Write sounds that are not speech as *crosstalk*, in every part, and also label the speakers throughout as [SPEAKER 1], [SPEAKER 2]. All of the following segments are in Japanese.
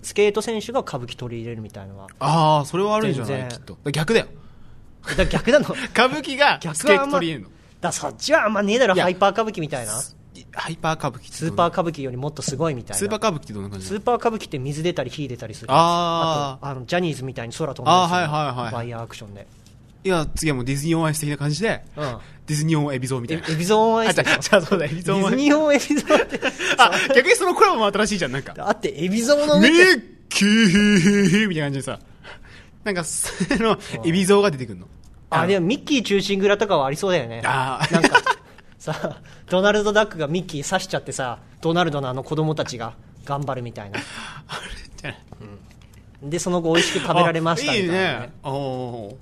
[SPEAKER 1] スケート選手が歌舞伎取り入れるみたいのは
[SPEAKER 2] ああそれはあるんじゃない
[SPEAKER 1] 全然
[SPEAKER 2] きっとだから逆だよ
[SPEAKER 1] だから逆なの
[SPEAKER 2] 歌舞伎が
[SPEAKER 1] 逆
[SPEAKER 2] スケ
[SPEAKER 1] は
[SPEAKER 2] ー
[SPEAKER 1] あ
[SPEAKER 2] ト
[SPEAKER 1] んま
[SPEAKER 2] 取り入れるの
[SPEAKER 1] だそっちはあんまねえだろ
[SPEAKER 2] いや
[SPEAKER 1] ハイパー歌舞伎みたいなス
[SPEAKER 2] ハイパー歌舞伎ってどん
[SPEAKER 1] ーパー歌舞伎よりもっとすごいみたいな
[SPEAKER 2] スーパー歌舞伎ってどんな感じ
[SPEAKER 1] ス
[SPEAKER 2] なの
[SPEAKER 1] ーパー歌舞伎って水出たり火出たりする
[SPEAKER 2] あ
[SPEAKER 1] とあのジャニーズみたいに空飛んだりする
[SPEAKER 2] あーはいはいはい
[SPEAKER 1] ワイヤーアクションで、
[SPEAKER 2] ーいや次はもうディズニーオンアイス的な感じで
[SPEAKER 1] うん、
[SPEAKER 2] ディズニーオンエビゾーみたい
[SPEAKER 1] え
[SPEAKER 2] な
[SPEAKER 1] エビゾーンアイス
[SPEAKER 2] あ
[SPEAKER 1] で
[SPEAKER 2] じゃ
[SPEAKER 1] しょ
[SPEAKER 2] あじゃあそうだエビゾ
[SPEAKER 1] ディ
[SPEAKER 2] ーンア
[SPEAKER 1] ズ
[SPEAKER 2] イ
[SPEAKER 1] ニーオンエビゾーンって
[SPEAKER 2] スあ逆にそのコラボも新しいじゃんなんか
[SPEAKER 1] あってエビゾーの
[SPEAKER 2] ミ
[SPEAKER 1] 上で
[SPEAKER 2] ッキーみたいな感じでさなんかそのエビゾーが出てくるの
[SPEAKER 1] あでもミッキー中心蔵とかはありそうだよね
[SPEAKER 2] ああ
[SPEAKER 1] なんかさドナルド・ダックがミッキー刺しちゃってさドナルドのあの子供たちが頑張るみたいな
[SPEAKER 2] *laughs* じゃない
[SPEAKER 1] でその後美味しく食べられましたみ
[SPEAKER 2] あ
[SPEAKER 1] た
[SPEAKER 2] い
[SPEAKER 1] い
[SPEAKER 2] い
[SPEAKER 1] な、
[SPEAKER 2] ねおお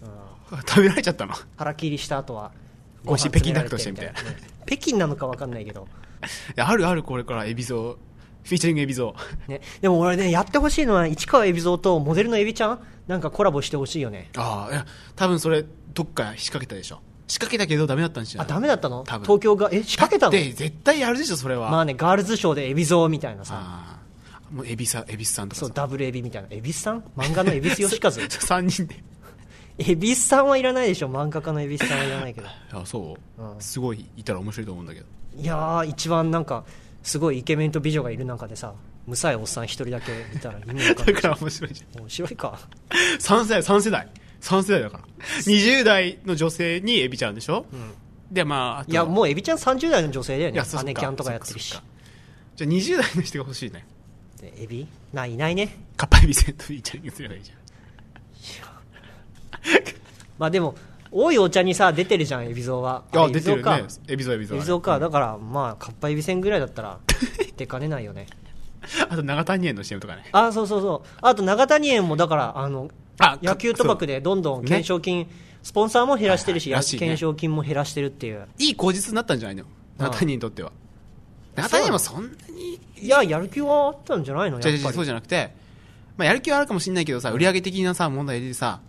[SPEAKER 2] 食べられちゃったの
[SPEAKER 1] 腹切りした後は
[SPEAKER 2] 美味しい
[SPEAKER 1] ご飯詰められ
[SPEAKER 2] 北京ダックとしてみ
[SPEAKER 1] ね北京なのか分かんないけど、
[SPEAKER 2] いやあるあるこれからエビゾーフィーチャリングエビゾ
[SPEAKER 1] ね、でも俺ねやってほしいのは市川海老蔵とモデルのエビちゃんなんかコラボしてほしいよね
[SPEAKER 2] ーああいや多分それどっか仕掛けたでしょ仕掛けたけどダメだったんじゃ
[SPEAKER 1] あ
[SPEAKER 2] ない
[SPEAKER 1] ダメだったの
[SPEAKER 2] 多分
[SPEAKER 1] 東京がえ仕掛けた
[SPEAKER 2] で
[SPEAKER 1] の
[SPEAKER 2] 絶対やるでしょそれは、
[SPEAKER 1] まあねガールズショーで海老蔵みたいなさ
[SPEAKER 2] あーもうエビさエビスさんとか
[SPEAKER 1] そう
[SPEAKER 2] さ
[SPEAKER 1] ダブルエビみたいなエビスさん漫画のエビスヨシカ *laughs*
[SPEAKER 2] *laughs*
[SPEAKER 1] ズ
[SPEAKER 2] 3人で
[SPEAKER 1] エビスさんはいらないでしょ漫画家のエビスさんはいらない *laughs* けど
[SPEAKER 2] あそう、
[SPEAKER 1] うん
[SPEAKER 2] すごいいたら面白いと思うんだけど
[SPEAKER 1] いやー一番なんかすごいイケメンと美女がいる中でさむさいおっさん一人だけいたら意味わかんな *laughs*
[SPEAKER 2] だ
[SPEAKER 1] い
[SPEAKER 2] から面白いじゃん
[SPEAKER 1] 面白いか
[SPEAKER 2] 3世代3世代3世代だから20代の女性にエビちゃんでしょ、でまああと
[SPEAKER 1] いやもうエビちゃん30代の女性だよ
[SPEAKER 2] いや
[SPEAKER 1] ね
[SPEAKER 2] そっか
[SPEAKER 1] 姉キャンとかやってる
[SPEAKER 2] そ
[SPEAKER 1] し
[SPEAKER 2] っかじゃあ20代の人が欲しいね
[SPEAKER 1] でエビないいないね
[SPEAKER 2] カッパエビセントフィーチャリングすればいいじゃん
[SPEAKER 1] まあでも多いお茶にさ出てるじゃんエビゾウは
[SPEAKER 2] あ
[SPEAKER 1] エビ
[SPEAKER 2] 出
[SPEAKER 1] ゾ
[SPEAKER 2] て
[SPEAKER 1] ウ
[SPEAKER 2] る
[SPEAKER 1] か
[SPEAKER 2] ねエビゾーエビゾ
[SPEAKER 1] エ
[SPEAKER 2] ー
[SPEAKER 1] ビゾウかだからまあかっぱエビせんぐらいだったら出かねないよね
[SPEAKER 2] あと長谷園の CM とかね
[SPEAKER 1] あそうそうそうあと長谷園もだからあの
[SPEAKER 2] あ
[SPEAKER 1] 野球賭博でどんどん懸賞金、スポンサーも減らしてるし,、
[SPEAKER 2] はいはいらしいね
[SPEAKER 1] 懸賞金も減らしてるっていう
[SPEAKER 2] いい口実になったんじゃないの長谷園にとっては長谷園はそんなに
[SPEAKER 1] いややる気はあったんじゃないのやっ
[SPEAKER 2] じ
[SPEAKER 1] ぱり
[SPEAKER 2] ゃじゃそうじゃなくて、まあ、やる気はあるかもしれないけどさ売り上げ的なさ問題でさ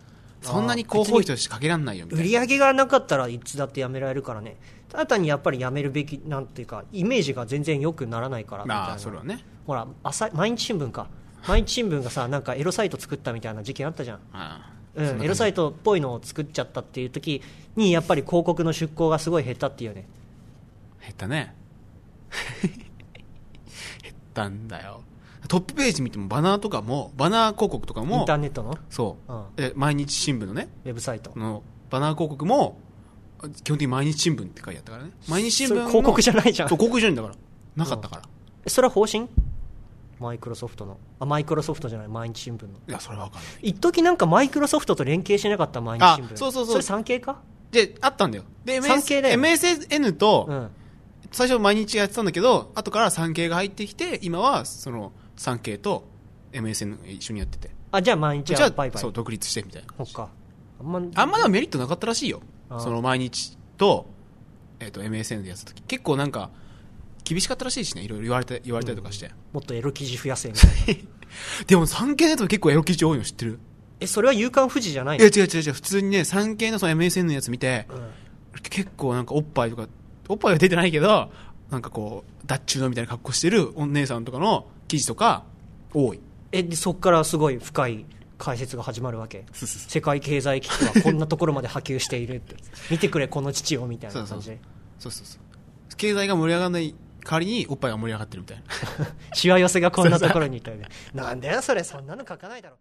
[SPEAKER 2] そんなに広報費としてかけらんないよみた
[SPEAKER 1] 売
[SPEAKER 2] いな
[SPEAKER 1] り上げがなかったらいつだってやめられるからねただ単にやっぱりやめるべきなんていうかイメージが全然良くならないからみたい
[SPEAKER 2] ま
[SPEAKER 1] な
[SPEAKER 2] あそれはね
[SPEAKER 1] ほら朝毎日新聞か毎日新聞がさなんかエロサイト作ったみたいな事件あったじゃん
[SPEAKER 2] あ
[SPEAKER 1] う
[SPEAKER 2] あそん
[SPEAKER 1] ん、
[SPEAKER 2] な
[SPEAKER 1] エロサイトっぽいのを作っちゃったっていう時にやっぱり広告の出稿がすごい減ったっていうね
[SPEAKER 2] 減ったね *laughs* 減ったんだよトップページ見てもバナーとかもバナー広告とか
[SPEAKER 1] イン
[SPEAKER 2] も
[SPEAKER 1] ターネットの
[SPEAKER 2] そう、
[SPEAKER 1] うん
[SPEAKER 2] え毎日新聞のね
[SPEAKER 1] ウェブサイト
[SPEAKER 2] このバナー広告も基本的に毎日新聞って書いてあったからね毎日新聞
[SPEAKER 1] それ
[SPEAKER 2] の
[SPEAKER 1] 広告じゃないじ
[SPEAKER 2] そ
[SPEAKER 1] ゃ
[SPEAKER 2] うん広告じゃないんだからなかったから、
[SPEAKER 1] それは方針マイクロソフトのあマイクロソフトじゃない毎日新聞の
[SPEAKER 2] いやそれは分かんない
[SPEAKER 1] 一時なんかマイクロソフトと連携してなかった毎日新
[SPEAKER 2] あ
[SPEAKER 1] 聞
[SPEAKER 2] そうそうそう
[SPEAKER 1] それ産経か
[SPEAKER 2] であったんだよで MS
[SPEAKER 1] 産経だよ
[SPEAKER 2] MSN と、
[SPEAKER 1] うん
[SPEAKER 2] 最初毎日やってたんだけど後から産経が入ってきて今はその産経と MSN 一緒にやってて
[SPEAKER 1] あじゃあ毎日
[SPEAKER 2] じゃ
[SPEAKER 1] は
[SPEAKER 2] あ
[SPEAKER 1] バイバイ
[SPEAKER 2] そう独立してみたいな
[SPEAKER 1] そっかあんま
[SPEAKER 2] あんまでもメリットなかったらしいよ
[SPEAKER 1] ああ
[SPEAKER 2] その毎日と,、えっと MSN でやってた時結構なんか厳しかったらしいしねいろいろ言われた言われたりとかして、
[SPEAKER 1] もっとエロ記事増やせみたいな
[SPEAKER 2] でも産経のやつも結構エロ記事多いの知ってる
[SPEAKER 1] えそれは「夕刊富士」じゃない
[SPEAKER 2] い
[SPEAKER 1] の
[SPEAKER 2] や違う違う違う普通にね産経のその MSN のやつ見て、
[SPEAKER 1] ん
[SPEAKER 2] 結構なんかおっぱいとかおっぱいは出てないけどなんかこう脱中のみたいな格好してるお姉さんとかの記事とか多い
[SPEAKER 1] えでそこからすごい深い解説が始まるわけ世界経済危機はこんなところまで波及しているって
[SPEAKER 2] *laughs*
[SPEAKER 1] 見てくれこの父をみたいな感じで
[SPEAKER 2] そうそうそう経済が盛り上がらない代わりにおっぱいが盛り上がってるみたいな
[SPEAKER 1] しわ寄せがこんなところにいたよねなんだよそれそんなの書かないだろ